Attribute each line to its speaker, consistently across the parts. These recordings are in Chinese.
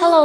Speaker 1: Hello，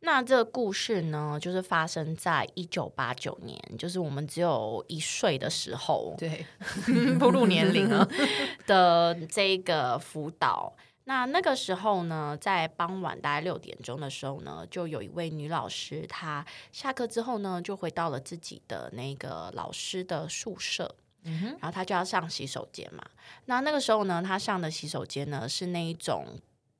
Speaker 1: 那这个故事呢，就是发生在一九八九年，就是我们只有一岁的时候
Speaker 2: 对， 步入年龄啊。
Speaker 1: 的这个辅导。那那个时候呢，在傍晚大概六点钟的时候呢，就有一位女老师，她下课之后呢，就回到了自己的那个老师的宿舍。
Speaker 2: 嗯哼
Speaker 1: 然后她就要上洗手间嘛。那那个时候呢，她上的洗手间呢是那一种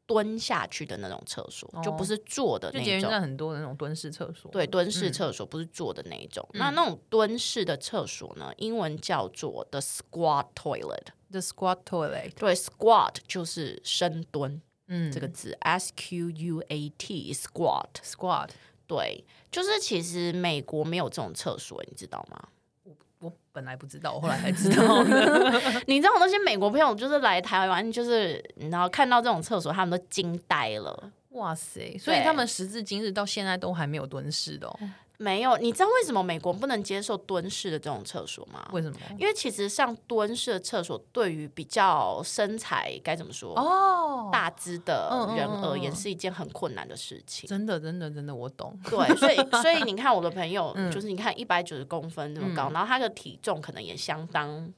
Speaker 1: 蹲下去的那种厕所，就不
Speaker 2: 哦
Speaker 1: 是坐的
Speaker 2: 就捷
Speaker 1: 那
Speaker 2: 运
Speaker 1: 种
Speaker 2: 站。很多的那种蹲式厕所，
Speaker 1: 对，蹲式
Speaker 2: 嗯
Speaker 1: 厕所不是坐的那一种。那那种蹲式的厕所呢，英文叫做 the squat toilet。
Speaker 2: ，the squat toilet，
Speaker 1: 对，squat 就是深蹲、
Speaker 2: 嗯，
Speaker 1: 这个字，s q u a t squat。
Speaker 2: squat，
Speaker 1: 对，就是其实美国没有这种厕所，你知道吗？
Speaker 2: 我本来不知道，我后来才知道的。
Speaker 1: 你知道我那些美国朋友就是来台湾，就是然后看到这种厕所，他们都惊呆了。
Speaker 2: 哇塞！所以他们时至今日到现在都还没有蹲式的、哦，
Speaker 1: 没有，你知道为什么美国不能接受蹲式的这种厕所吗？
Speaker 2: 啊为什么？
Speaker 1: 因为其实上蹲式的厕所，对于比较身材该怎么说、
Speaker 2: 哦，
Speaker 1: 大只的人
Speaker 2: 嗯嗯嗯嗯
Speaker 1: 而言，是一件很困难的事情。
Speaker 2: 真的真的真的，我懂。
Speaker 1: 对，所以所以你看我的朋友，
Speaker 2: 嗯
Speaker 1: 就是你看一百九十公分这么高，然后他的体重可能也相当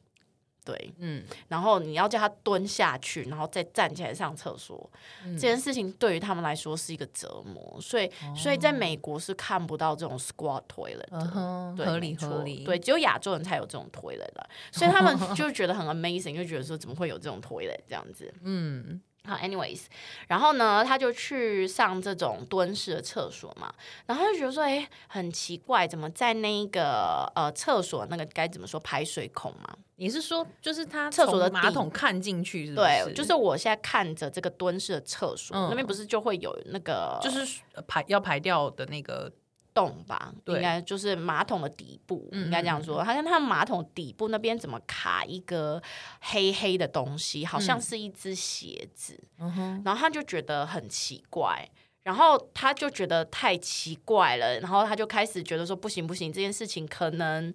Speaker 1: 对，
Speaker 2: 嗯，
Speaker 1: 然后你要叫他蹲下去，然后再站起来上厕所，
Speaker 2: 嗯
Speaker 1: 这件事情对于他们来说是一个折磨，所以、
Speaker 2: 哦
Speaker 1: 所以在美国是看不到这种 squat toilet 的。
Speaker 2: 嗯哼，
Speaker 1: 对
Speaker 2: 合
Speaker 1: 没
Speaker 2: 理
Speaker 1: 错
Speaker 2: 合理，
Speaker 1: 对，，只有亚洲人才有这种 toilet 啦，所以他们就觉得很 amazing，就觉得说怎么会有这种 toilet 这样子。
Speaker 2: 嗯，
Speaker 1: 好，anyways，然后呢，他就去上这种蹲式的厕所嘛，然后他就觉得说，哎，很奇怪，怎么在那个呃厕所那个该怎么说排水孔嘛？
Speaker 2: 你是说就是他
Speaker 1: 厕所的
Speaker 2: 从马
Speaker 1: 底
Speaker 2: 桶看进去是不
Speaker 1: 对，
Speaker 2: 嗯是？
Speaker 1: 就是我现在看着这个蹲式的厕所，
Speaker 2: 嗯呃
Speaker 1: 那边不是就会有那个
Speaker 2: 就是排要排掉的那个
Speaker 1: 洞吧，
Speaker 2: 对
Speaker 1: 应该就是马桶的底部，
Speaker 2: 嗯
Speaker 1: 应该这样说。它跟它马桶底部那边怎么卡一个黑黑的东西，好像是一只鞋子，
Speaker 2: 嗯哼，
Speaker 1: 然后他就觉得很奇怪。然后他就觉得太奇怪了，然后他就开始觉得说不行不行，这件事情可能，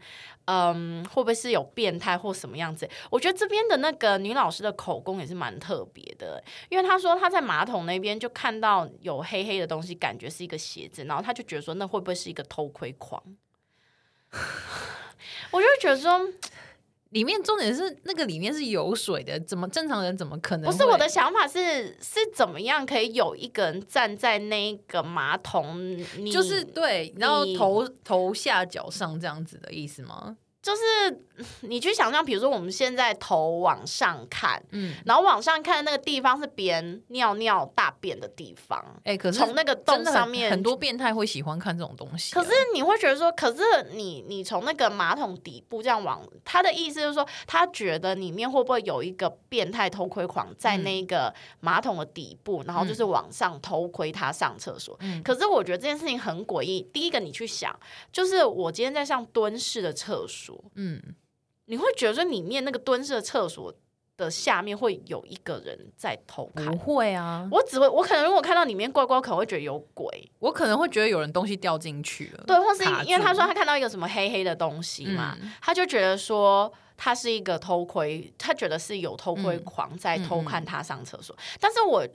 Speaker 1: 嗯，会不会是有变态或什么样子？我觉得这边的那个女老师的口供也是蛮特别的，因为她说她在马桶那边就看到有黑黑的东西，感觉是一个鞋子，然后她就觉得说那会不会是一个偷窥狂？ 我就觉得说
Speaker 2: 里面重点是那个里面是有水的，怎么正常人怎么可能？
Speaker 1: 不是我的，想法是是怎么样可以有一个人站在那个马桶里，
Speaker 2: 就是对，然后
Speaker 1: 你
Speaker 2: 头头下脚上这样子的意思吗？
Speaker 1: 就是你去想象，比如说我们现在头往上看，
Speaker 2: 嗯，
Speaker 1: 然后往上看的那个地方是别人尿尿大便的地方，
Speaker 2: 哎、可是
Speaker 1: 从那个洞
Speaker 2: 真的很
Speaker 1: 上面
Speaker 2: 很多变态会喜欢看这种东西啊、
Speaker 1: 可是你会觉得说，可是你你从那个马桶底部这样往，他的意思就是说，他觉得里面会不会有一个变态偷窥狂在
Speaker 2: 嗯
Speaker 1: 那个马桶的底部，然后就是往上偷窥他上厕所。
Speaker 2: 嗯
Speaker 1: 可是我觉得这件事情很诡异。第一个，你去想，就是我今天在上蹲式的厕所，
Speaker 2: 嗯，
Speaker 1: 你会觉得说里面那个蹲式的厕所的下面会有一个人在偷看
Speaker 2: 不。会啊，
Speaker 1: 我只会，我可能如果看到里面怪怪，我可能会觉得有鬼。
Speaker 2: 我可能会觉得有人东西掉进去了，
Speaker 1: 对，或是
Speaker 2: 卡
Speaker 1: 因为他
Speaker 2: 住
Speaker 1: 说他看到一个什么黑黑的东西嘛，
Speaker 2: 嗯
Speaker 1: 他就觉得说他是一个偷窥，他觉得是有偷窥狂在偷看他上厕所。但是我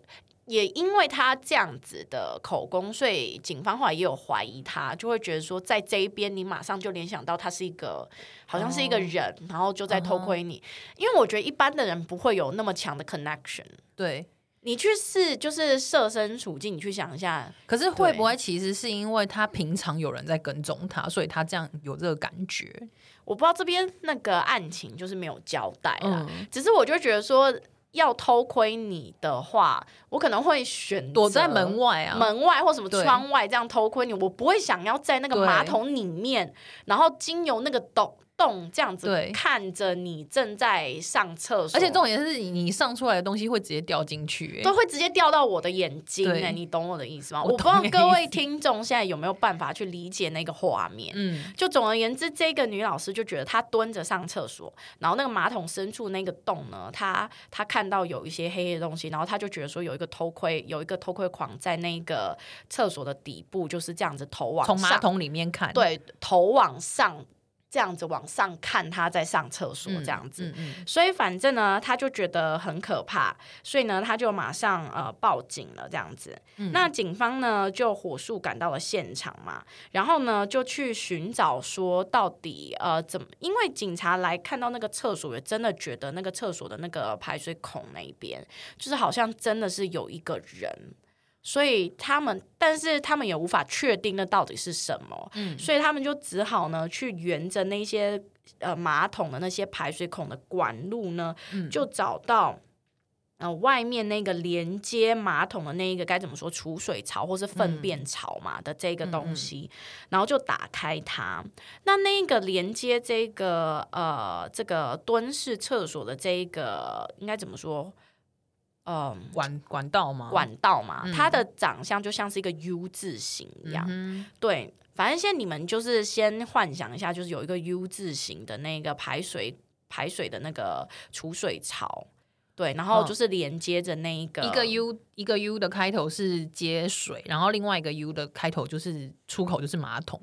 Speaker 1: 也因为他这样子的口供，所以警方后来也有怀疑他，就会觉得说在这一边你马上就联想到他是一个好像是一个人，然后就在偷窥你。因为我觉得一般的人不会有那么强的 connection。
Speaker 2: 对。
Speaker 1: 你去试，就是设身处境，你去想一下，
Speaker 2: 可是会
Speaker 1: 对
Speaker 2: 不会其实是因为他平常有人在跟踪他，所以他这样有这个感觉？
Speaker 1: 我不知道这边那个案情就是没有交代啊啦，
Speaker 2: 嗯，
Speaker 1: 只是我就觉得说要偷窥你的话，我可能会选择
Speaker 2: 躲在门、外啊，
Speaker 1: 门外或什么
Speaker 2: 对
Speaker 1: 窗外这样偷窥你，我不会想要在那个
Speaker 2: 对
Speaker 1: 马桶里面，然后经由那个洞洞这样子
Speaker 2: 对
Speaker 1: 看着你正在上厕所，
Speaker 2: 而且重点是你你上出来的东西会直接掉进去、欸
Speaker 1: 都会直接掉到我的眼睛哎、
Speaker 2: 对
Speaker 1: 你懂我的意思吗？
Speaker 2: 我
Speaker 1: 我不知道
Speaker 2: 懂你的
Speaker 1: 各
Speaker 2: 意
Speaker 1: 位
Speaker 2: 思
Speaker 1: 听众现在有没有办法去理解那个画面。
Speaker 2: 嗯，
Speaker 1: 就总而言之，这个女老师就觉得她蹲着上厕所，然后那个马桶深处那个洞呢，她她看到有一些黑黑的东西，然后她就觉得说有一个偷窥，有一个偷窥狂在那个厕所的底部就是这样子头往上，
Speaker 2: 从马桶里面看，
Speaker 1: 对头往上这样子往上看她在上厕所
Speaker 2: 嗯，
Speaker 1: 这样子。
Speaker 2: 嗯嗯
Speaker 1: 所以反正呢，她就觉得很可怕，所以呢，她就马上呃报警了，这样子。
Speaker 2: 嗯
Speaker 1: 那警方呢就火速赶到了现场嘛，然后呢就去寻找说到底呃怎么，因为警察来看到那个厕所，也真的觉得那个厕所的那个排水孔那一边，就是好像真的是有一个人。所以他们，但是他们也无法确定那到底是什么，
Speaker 2: 嗯
Speaker 1: 所以他们就只好呢去沿着那些呃马桶的那些排水孔的管路呢，
Speaker 2: 嗯
Speaker 1: 就找到。呃，外面那个连接马桶的那一个该怎么说储水槽或是
Speaker 2: 嗯
Speaker 1: 粪便槽嘛、的这个东西，然后就打开它。那那个连接这个呃这个蹲式厕所的这一个应该怎么说？嗯、
Speaker 2: 管管道吗？
Speaker 1: 管道嘛，
Speaker 2: 哦嗯
Speaker 1: 它的长相就像是一个 U 字形一样。
Speaker 2: 嗯
Speaker 1: 对，反正现在你们就是先幻想一下，就是有一个 U 字形的那个排水排水的那个储水槽，对，然后
Speaker 2: 嗯
Speaker 1: 就是连接着那一个、
Speaker 2: 哼一个 U 一个 U 的开头是接水，然后另外一个 U 的开头就是出口就是马桶，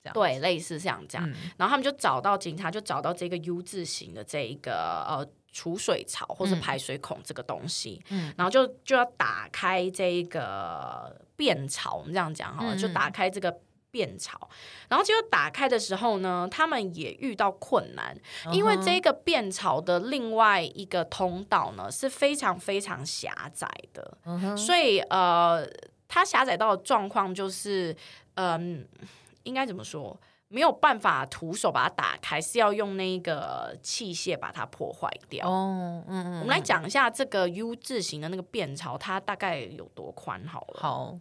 Speaker 2: 这样
Speaker 1: 对，类似像这样，
Speaker 2: 嗯
Speaker 1: 然后他们就找到警察，就找到这个 U 字形的这一个呃储水槽或是
Speaker 2: 嗯
Speaker 1: 排水孔这个东西，
Speaker 2: 嗯
Speaker 1: 然后就就要打开这一个便槽，我们这样讲好了，
Speaker 2: 嗯
Speaker 1: 就打开这个。便槽，然后结果打开的时候呢，他们也遇到困难，
Speaker 2: 嗯
Speaker 1: 因为这个便槽的另外一个通道呢是非常非常狭窄的，
Speaker 2: 嗯哼
Speaker 1: 所以呃，它狭窄到的状况就是，嗯、应该怎么说？没有办法徒手把它打开，是要用那个器械把它破坏掉。
Speaker 2: 哦嗯嗯，
Speaker 1: 我
Speaker 2: 我
Speaker 1: 们来讲一下这个 U 字形的那个便槽，它大概有多宽好了。
Speaker 2: 好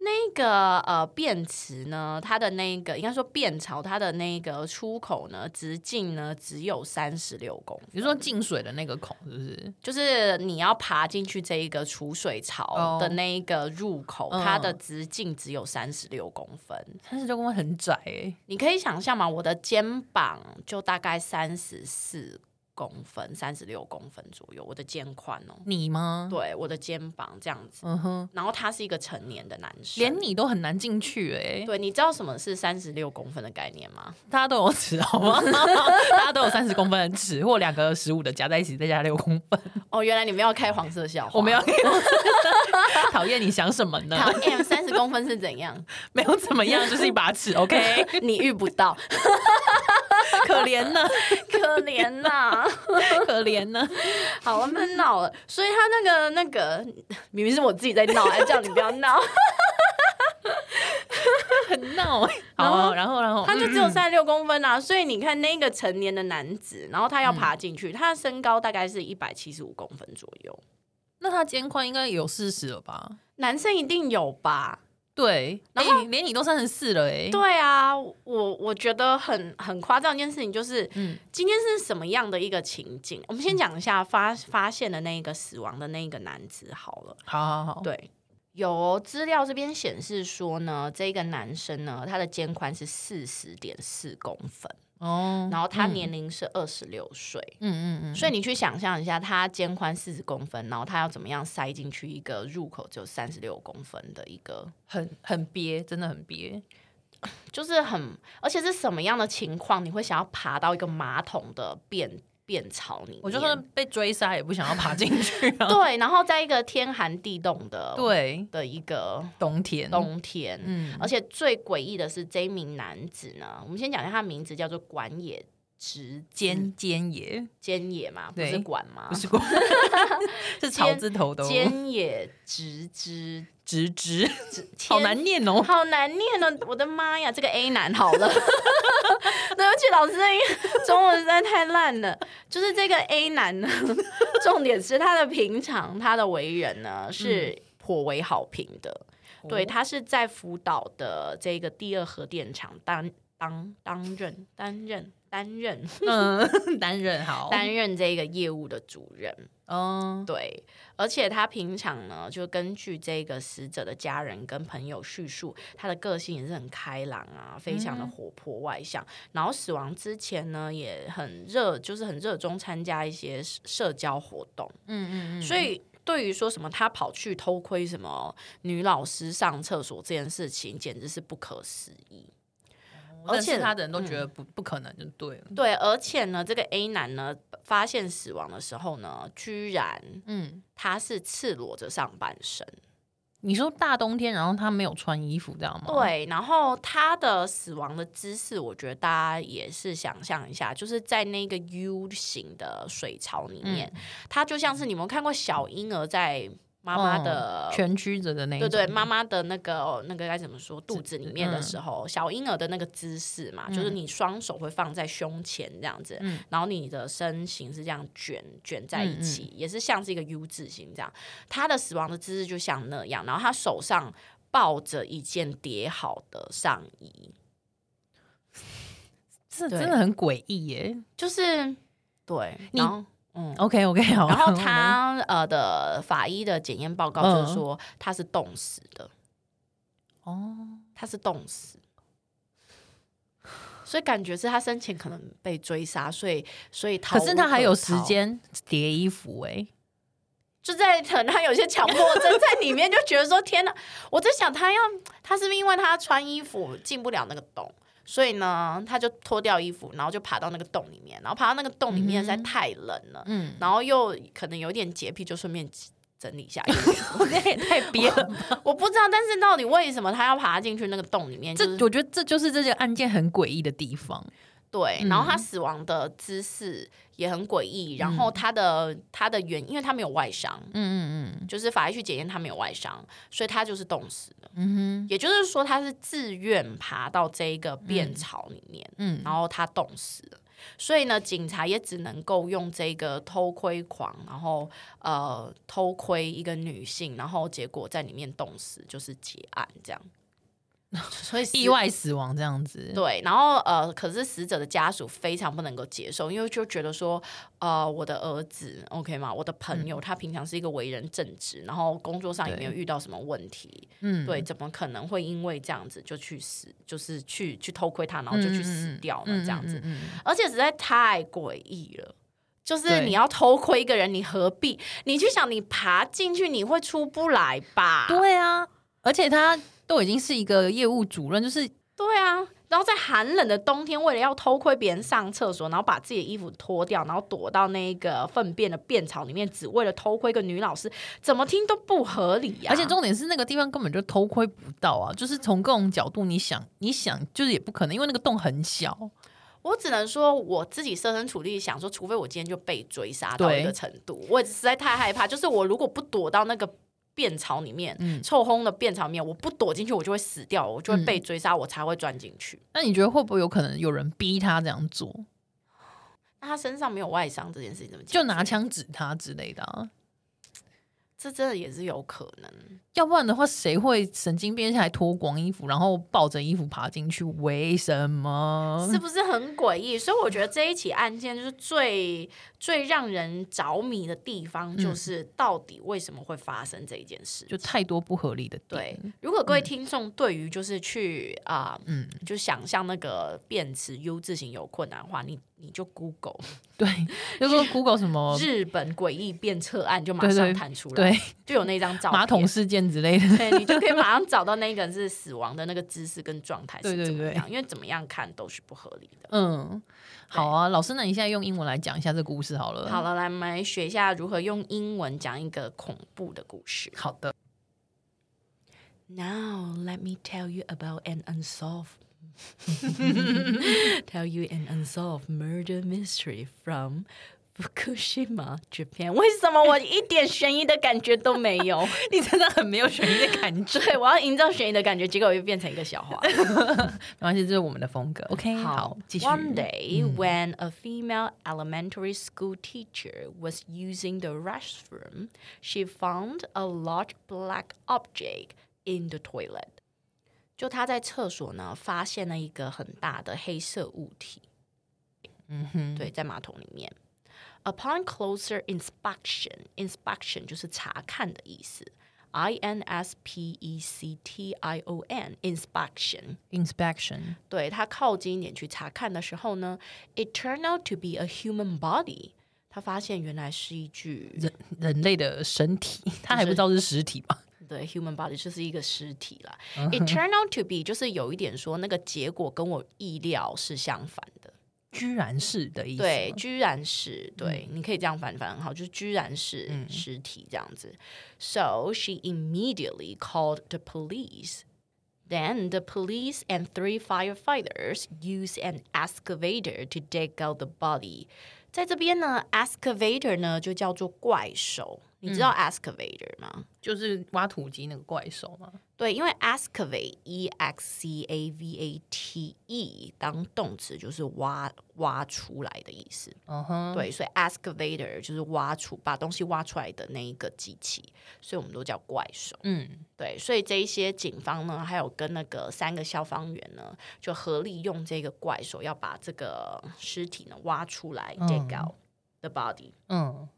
Speaker 1: 那个呃变词呢，它的那个应该说变潮，它的那个出口呢，直径呢只有三十六公分，
Speaker 2: 你说进水的那个孔是不是？
Speaker 1: 就是你要爬进去这一个储水
Speaker 2: 哦
Speaker 1: 槽的那一个入口，它
Speaker 2: 嗯
Speaker 1: 的直径只有三十六公分。
Speaker 2: 三十六公分很窄哎、
Speaker 1: 你可以想象嘛，我的肩膀就大概三十四公分、三十六公分左右，我的肩宽哦，
Speaker 2: 你吗？
Speaker 1: 对，我的肩膀这样子。
Speaker 2: 嗯哼，
Speaker 1: 然后他是一个成年的男生，
Speaker 2: 连你都很难进去哎、
Speaker 1: 对，你知道什么是三十六公分的概念吗？
Speaker 2: 大家都有尺好吗？ 大家都有三十公分的尺，或两个十五的加在一起，再加六公分。
Speaker 1: 哦，原来你们要开黄色笑话，
Speaker 2: 我们要 讨厌你想什么呢？
Speaker 1: 讨厌三十公分是怎样？
Speaker 2: 没有怎么样，就是一把尺，OK？
Speaker 1: 你遇不到，
Speaker 2: 可怜呢，
Speaker 1: 可怜呐、
Speaker 2: 可怜呢。
Speaker 1: 好，我们闹了，所以他那个那个，明明是我自己在闹，还叫你不要 闹，
Speaker 2: 很闹欸。
Speaker 1: 然后
Speaker 2: 好，然后然后
Speaker 1: 他就只
Speaker 2: 嗯
Speaker 1: 有三十六公分啊。所以你看那个成年的男子，然后他要爬进去，他的身高大概是一百七十五公分左右，
Speaker 2: 那他肩宽应该有四十了吧？
Speaker 1: 男生一定有吧？
Speaker 2: 对，
Speaker 1: 然
Speaker 2: 然
Speaker 1: 后
Speaker 2: 后连你都三十四了哎。
Speaker 1: 对啊，我我觉得很很夸张一件事情就是，
Speaker 2: 嗯
Speaker 1: 今天是什么样的一个情景？我们先讲一下发发现的那个死亡的那个男子好了。
Speaker 2: 好好好，
Speaker 1: 对，有资料这边显示说呢，这个男生呢，他的肩宽是四十点四公分，
Speaker 2: 哦，
Speaker 1: 然后他年龄是二十六岁。
Speaker 2: 嗯嗯嗯，
Speaker 1: 所以你去想象一下，他肩宽四十公分，然后他要怎么样塞进去一个入口只有三十六公分的一个，
Speaker 2: 很很憋，真的很憋。
Speaker 1: 就是很，而且是什么样的情况，你会想要爬到一个马桶的便便槽里面？
Speaker 2: 我就算被追杀也不想要爬进去啊。
Speaker 1: 对，然后在一个天寒地冻的
Speaker 2: 对，嗯
Speaker 1: 的一个
Speaker 2: 冬天，
Speaker 1: 冬天，
Speaker 2: 嗯，
Speaker 1: 而且最诡异的是，这一名男子呢，我们先讲一下他的名字，叫做管野直
Speaker 2: 尖尖野
Speaker 1: 菅野嘛，不
Speaker 2: 对
Speaker 1: 是管吗
Speaker 2: 不？是过， 是草字头的哦
Speaker 1: 菅野直之，
Speaker 2: 直直，
Speaker 1: 直
Speaker 2: 好难念 哦。
Speaker 1: 好难念哦！我的妈呀，这个 A 男好了， 对不起，老师，因为中文实在太烂了。就是这个 A 男呢， 重点是他的平常，他的为人
Speaker 2: 嗯
Speaker 1: 呢是颇为好评的。
Speaker 2: 哦
Speaker 1: 对他是在福岛的这个第二核电厂当当当任担任担任
Speaker 2: 嗯，单人好，
Speaker 1: 担任这个业务的主任。
Speaker 2: 嗯，
Speaker 1: 对，而且他平常呢，就根据这个死者的家人跟朋友叙述，他的个性也是很开朗啊，非常的活泼外向。然后死亡之前呢，也很热，就是很热衷参加一些社社交活动。
Speaker 2: 嗯嗯嗯，
Speaker 1: 所以对于说什么他跑去偷窥什么女老师上厕所这件事情，简直是不可思议。而
Speaker 2: 而
Speaker 1: 且
Speaker 2: 且他的人都觉得不不可能，就对了。
Speaker 1: 对，而且呢，这个 A 男呢，发现死亡的时候呢，居然
Speaker 2: 嗯，
Speaker 1: 他是赤裸着上半身。
Speaker 2: 你说大冬天，然后他没有穿衣服，这样吗？，
Speaker 1: 对，然后他的死亡的姿势，我觉得大家也是想象一下，就是在那个 U 型的水槽里面，他就像是你们有看过小婴儿在妈妈的。
Speaker 2: 蜷曲着的那一
Speaker 1: 对
Speaker 2: 种，
Speaker 1: 对，妈妈的那个哦那个该怎么说？肚子里面的
Speaker 2: 嗯
Speaker 1: 时候，小婴儿的那个姿势嘛，就是你双手会放在胸前这样子，
Speaker 2: 嗯
Speaker 1: 然后你的身形是这样卷卷在一起，
Speaker 2: 嗯
Speaker 1: 也是像是一个 U 字形这样。他的死亡的姿势就像那样，然后他手上抱着一件叠好的上衣，
Speaker 2: 这
Speaker 1: 对
Speaker 2: 真的很诡异耶。
Speaker 1: 就是对，
Speaker 2: 你哦
Speaker 1: 然 后嗯。
Speaker 2: OK OK，好。
Speaker 1: 然后他呃的法医的检验报告
Speaker 2: 嗯
Speaker 1: 就是说他是冻死的，
Speaker 2: 哦，
Speaker 1: 他是冻死，所以感觉是他生前可能被追杀，所以所以逃
Speaker 2: 可
Speaker 1: 无
Speaker 2: 是他还有时
Speaker 1: 逃
Speaker 2: 间叠衣服哎，
Speaker 1: 就在可能他有些强迫症在里面，就觉得说天哪！我在想他要他是不是因为他穿衣服进不了那个洞，所以呢他就脱掉衣服，然后就爬到那个洞里面，然后爬到那个洞里面实在太冷了，
Speaker 2: 嗯，
Speaker 1: 然后又可能有点洁癖，就顺便整理一下衣服。
Speaker 2: 那也太憋了。
Speaker 1: 我不知道，但是到底为什么他要爬进去那个洞里面？
Speaker 2: 这
Speaker 1: 就是
Speaker 2: 我觉得这就是这件案件很诡异的地方。
Speaker 1: 对，然后
Speaker 2: 嗯
Speaker 1: 他死亡的姿势也很诡异，然后他的他的原因为他没有外伤，
Speaker 2: 嗯嗯
Speaker 1: 就是法医去检验他没有外伤，所以他就是冻死的。
Speaker 2: 嗯
Speaker 1: 也就是说，他是自愿爬到这一个便槽里面，
Speaker 2: 嗯嗯
Speaker 1: 然后他冻死了。所以呢，警察也只能够用这个偷窥狂，然后呃偷窥一个女性，然后结果在里面冻死，就是结案这 样。所以死
Speaker 2: 意外死亡这样子。
Speaker 1: 对，然后呃，可是死者的家属非常不能够接受，因为就觉得说，呃，我的儿子 OK 吗？我的朋
Speaker 2: 嗯
Speaker 1: 友、他平常是一个为人正直，然后工作上也没有遇到什么问题，
Speaker 2: 嗯，
Speaker 1: 对，怎么可能会因为这样子就去死，就是去去偷窥他，然后就去死掉呢？
Speaker 2: 嗯，
Speaker 1: 这样子，
Speaker 2: 嗯，嗯嗯
Speaker 1: 而且实在太诡异了。就是
Speaker 2: 对
Speaker 1: 你要偷窥一个人，你何必？你去想，你爬进去你会出不来吧？
Speaker 2: 对啊，而且他都已经是一个业务主任，就是
Speaker 1: 对啊，然后在寒冷的冬天，为了要偷窥别人上厕所，然后把自己的衣服脱掉，然后躲到那个粪便的便槽里面，只为了偷窥一个女老师，怎么听都不合理呀、
Speaker 2: 而且重点是那个地方根本就偷窥不到啊，就是从各种角度你想，你想就是也不可能，因为那个洞很小。
Speaker 1: 我只能说我自己设身处地想说，除非我今天就被追杀到
Speaker 2: 对
Speaker 1: 一个程度，我实在太害怕。就是我如果不躲到那个便槽里
Speaker 2: 嗯
Speaker 1: 面，臭烘的便槽里面，我不躲进去，我就会死掉，我就会被追杀，我才会钻进去。
Speaker 2: 那你觉得会不会有可能有人逼他这样做，
Speaker 1: 那他身上没有外伤这件事情怎么解
Speaker 2: 就
Speaker 1: 决
Speaker 2: 拿，枪指他之类的、啊？
Speaker 1: 这真的也是有可能。
Speaker 2: 要不然的话，谁会神经病下来脱光衣服，然后抱着衣服爬进去？为什么？
Speaker 1: 是不是很诡异？所以我觉得这一起案件就是最最让人着迷的地方，就是到底为什么会发生这一件事。
Speaker 2: 嗯就嗯太多不合理的
Speaker 1: 对
Speaker 2: 点。，
Speaker 1: 如果各位听众对于就是去啊、
Speaker 2: 嗯
Speaker 1: 就想象那个变词 U 字形有困难的话，你你就 Google
Speaker 2: 对， 就说 Google 什么
Speaker 1: 日本诡异变车案，就马上
Speaker 2: 哦对对
Speaker 1: 弹出来，
Speaker 2: 对
Speaker 1: 就有那张照片
Speaker 2: 马桶事件之类的，
Speaker 1: 对你就可以马上找到那个人是死亡的那个姿势跟状态是
Speaker 2: 对对
Speaker 1: 怎么
Speaker 2: 对
Speaker 1: 样，因为怎么样看都是不合理的。
Speaker 2: 嗯，好啊，老师，那你现在用英文来讲一下这故事好了。
Speaker 1: 好了，来我们来学一下如何用英文讲一个恐怖的故事。
Speaker 2: 好的，
Speaker 1: Now let me tell you about an unsolved. tell you an unsolved murder mystery from Fukushima, Japan. 为什么我一点悬疑的感觉都没有？
Speaker 2: 你真的很没有悬疑的感觉。
Speaker 1: 对，我要营造悬疑的感觉，结果又变成一个笑话。
Speaker 2: 没关系，这是我们的风格。OK，好，继续。
Speaker 1: One day, when a female elementary school teacher was using the restroom, she found a large black object in the toilet. 就她在厕所呢，发现了一个很大的黑色物体。嗯哼，对，在马桶里面。Upon closer inspection, inspection 就是查看的意思，I N S P E C T I O N inspection。
Speaker 2: Inspection，
Speaker 1: 对他靠近一点去查看的时候呢，it turned out to be a human body。他发现原来是一具
Speaker 2: 人人类的身体，他还不知道是实体吧？
Speaker 1: 对 human body 就是一个尸体啦。It turned out to be 就是有一点说那个结果跟我意料是相反的。
Speaker 2: 居然是的意思。嗯
Speaker 1: 对，，居然是对，你可以这样反反很好，就是居然是尸体这样子。So she immediately called the police. Then the police and three firefighters used an excavator to dig out the body. 在这边呢，excavator 呢就叫做怪手，你知道
Speaker 2: 嗯
Speaker 1: excavator 吗？
Speaker 2: 就是挖土机那个怪兽嘛。
Speaker 1: 对，因为 excavate e x c a v a t e 当动词就是挖挖出来的意思。
Speaker 2: 嗯哼，
Speaker 1: 对，所以 excavator 就是挖出把东西挖出来的那一个机器，所以我们都叫怪手。
Speaker 2: 嗯，
Speaker 1: 对，所以这一些警方呢，还有跟那个三个消防员呢，就合力用这个怪手要把这个尸体呢挖出来、
Speaker 2: 嗯
Speaker 1: d i g out the body。
Speaker 2: 嗯，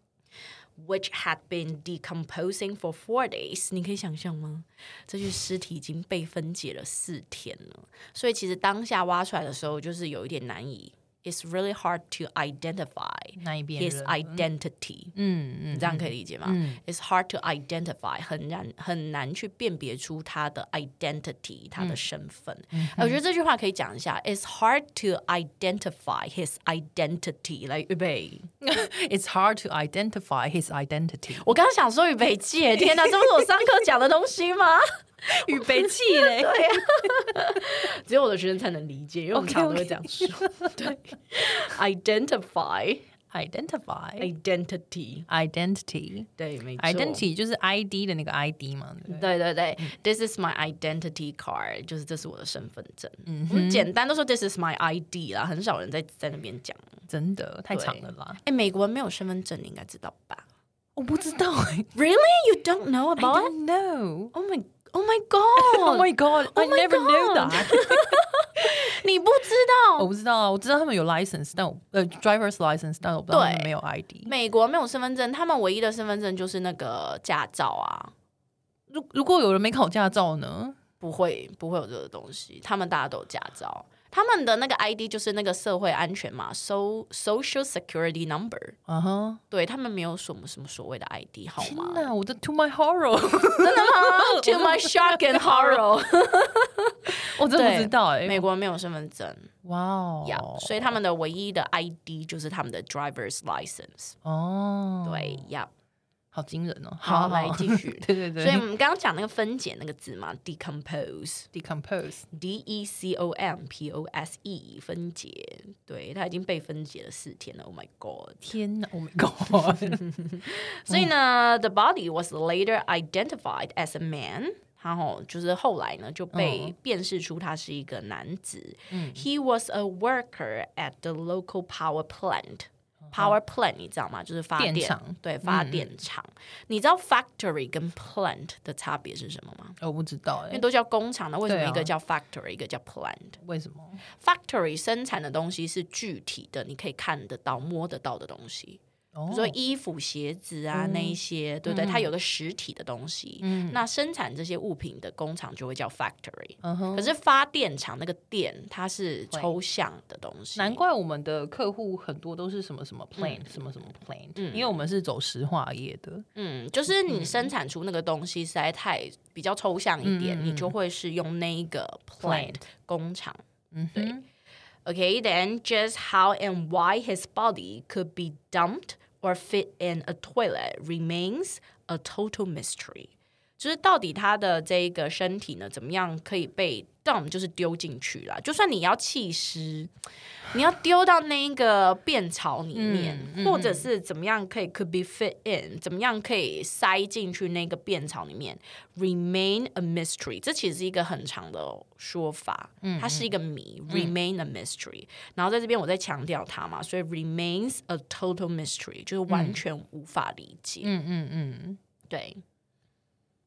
Speaker 1: Which had been decomposing for four days，你可以想象吗？这具尸体已经被分解了四天了，所以其实当下挖出来的时候，就是有一点难以，it's really hard to identify。
Speaker 2: 那一边
Speaker 1: his
Speaker 2: 人，
Speaker 1: identity，、
Speaker 2: 嗯嗯，
Speaker 1: 你这样可以理解吗、i t s hard to identify，很难很难去辨别出他的 identity，他的身份。呃我觉得这句话可以讲一下，It's hard to identify his identity。来，预备，
Speaker 2: It's hard to identify his identity。
Speaker 1: 我刚刚想说预备记，天哪，这不是我上课讲的东西 吗？啊
Speaker 2: 预备器 嘞，
Speaker 1: 只有我的学生才能理解，因为我们
Speaker 2: OK，OK
Speaker 1: 常常都会这样说。对，identify
Speaker 2: identify
Speaker 1: identity，
Speaker 2: identity
Speaker 1: 对，没错
Speaker 2: identity 就是 ID 的那个 ID 嘛，对不对
Speaker 1: 对对对、t h i s is my identity card，就是这是我的身份证。嗯，我们简单都说 This is my ID 啦，很少人在在那边讲。
Speaker 2: 真的太长了啦，
Speaker 1: 哎，美国人没有身份证，你应该知道吧
Speaker 2: 我不知道哎、
Speaker 1: ？Really? You don't know
Speaker 2: I
Speaker 1: about it?
Speaker 2: don't know.
Speaker 1: Oh my, oh my god!
Speaker 2: Oh my god! I
Speaker 1: my
Speaker 2: never knew
Speaker 1: God.
Speaker 2: that.
Speaker 1: 你不知
Speaker 2: 我
Speaker 1: 道，
Speaker 2: 不知道啊，我知道他们有 license，但我呃 driver's license，但我不知道他们没有 ID。
Speaker 1: 美国没有身份证，他们唯一的身份证就是那个驾照啊，
Speaker 2: 如如果有人没考驾照呢？
Speaker 1: 不会不会有这个东西，他们大家都有驾照。他们的那个 ID 就是那个社会安全码，so social security number，
Speaker 2: 啊哈！
Speaker 1: 对他们没有什么什么所谓的 ID 号
Speaker 2: 天
Speaker 1: 码。
Speaker 2: 哪，我的 to my horror，
Speaker 1: 真的 吗？To my shock and horror，
Speaker 2: 我真的不知道哎、
Speaker 1: 美国没有身份证
Speaker 2: 哇哦
Speaker 1: 呀所以他们的唯一的 ID 就是他们的 driver's license。
Speaker 2: 哦，
Speaker 1: 对，呀、
Speaker 2: 好惊人哦！
Speaker 1: 好来
Speaker 2: 好
Speaker 1: 继续
Speaker 2: 对对对，
Speaker 1: 所以我们刚刚讲那个分解那个字嘛，decompose。
Speaker 2: decompose
Speaker 1: D E C O M P O S E 分解，对，它已经被分解了四天了。Oh my god！
Speaker 2: 天哪，Oh my God！
Speaker 1: 所以呢、t h e body was later identified as a man。然后就是后来呢，就被辨识出他是一个男子。He was a worker at the local power plant. Power plant 你知道吗？就是发电，
Speaker 2: 电厂
Speaker 1: 对，发电厂。你知道 factory 跟 plant 的差别是什么吗？
Speaker 2: 我不知道哎、
Speaker 1: 因为都叫工厂，那为什么
Speaker 2: 对啊
Speaker 1: 一个叫 factory，、一个叫 plant？
Speaker 2: 为什么？
Speaker 1: factory 生产的东西是具体的，你可以看得到、摸得到的东西。比
Speaker 2: 哦嗯
Speaker 1: 如说衣服、鞋子啊，那一些，对不对？它有个实体的东西。那生产这些物品的工厂就会叫 factory。
Speaker 2: 嗯哼
Speaker 1: 可是发电厂那个电，它是抽象的东西。
Speaker 2: 难怪我们的客户很多都是什么什么
Speaker 1: 嗯
Speaker 2: plant，、什么什么 plant，、因为我们是走石化业的，
Speaker 1: 嗯，就是你生产出那个东西实在太比较抽象一点，你就会是用那一个 plant 工厂。
Speaker 2: 嗯哼，
Speaker 1: Okay, then just how and why his body could be dumped or fit in a toilet remains a total mystery. 就是到底他的这一个身体呢，怎么样可以被 dump，就是丢进去啦？就算你要弃尸，你要丢到那一个便槽里面，或者是怎么样可以 could be fit in，怎么样可以塞进去那个便槽里面，remain a mystery。这其实是一个很长的说法，它是一个谜、r e m a i n a mystery。然后在这边我在强调它嘛，所以 remains a total mystery 就是完全无法理解。
Speaker 2: 嗯嗯嗯，
Speaker 1: 对。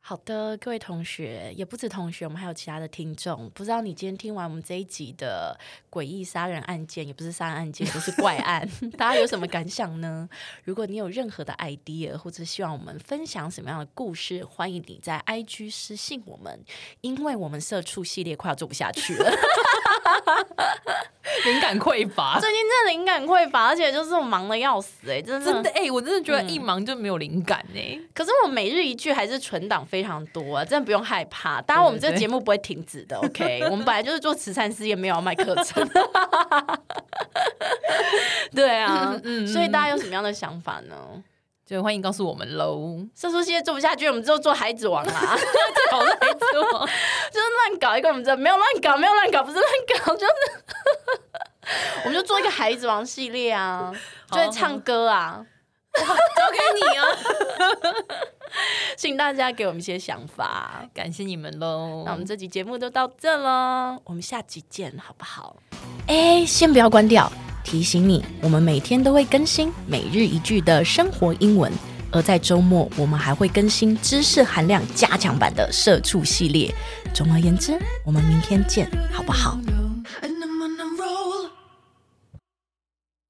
Speaker 1: 好的，各位同学，也不止同学，我们还有其他的听众。不知道你今天听完我们这一集的诡异杀人案件，也不是杀人案件，就是怪 案，大家有什么感想呢？如果你有任何的 idea，或者希望我们分享什么样的故事，欢迎你在 IG 私信我们，因为我们社畜系列快要做不下去了。
Speaker 2: 灵感匮 乏。
Speaker 1: 最近真的灵感匮乏，而且就是我忙的要死、哎，真的。
Speaker 2: 真的哎、我真的觉得一忙就没有灵感哎、
Speaker 1: 可是我每日一句还是存档非常多、啊，真的不用害怕。当然，我们这个节目不会停止 的。OK，我们本来就是做慈善事业，没有要卖课程。对
Speaker 2: 嗯
Speaker 1: 啊，所以大家有什么样的想法呢？。
Speaker 2: 就欢迎告诉我们喽
Speaker 1: 社畜系列做不下去，我们就做孩子王啦，
Speaker 2: 好来 做吗
Speaker 1: 就是乱搞一个，我们这没有乱搞，没有乱搞，不是乱搞，就是 我们就做一个孩子王系列啊，就
Speaker 2: 好啊
Speaker 1: 会唱歌啊，
Speaker 2: 交给你啊！
Speaker 1: 请大家给我们一些想法。
Speaker 2: 感谢你们喽。
Speaker 1: 那我们这集节目就到这喽，我们下集见，好不好？哎，先不要关掉，提醒你，我们每天都会更新每日一句的生活英文，而在周末我们还会更新知识含量加强版的社畜系列。总而言之，我们明天见，好不好？
Speaker 3: 好。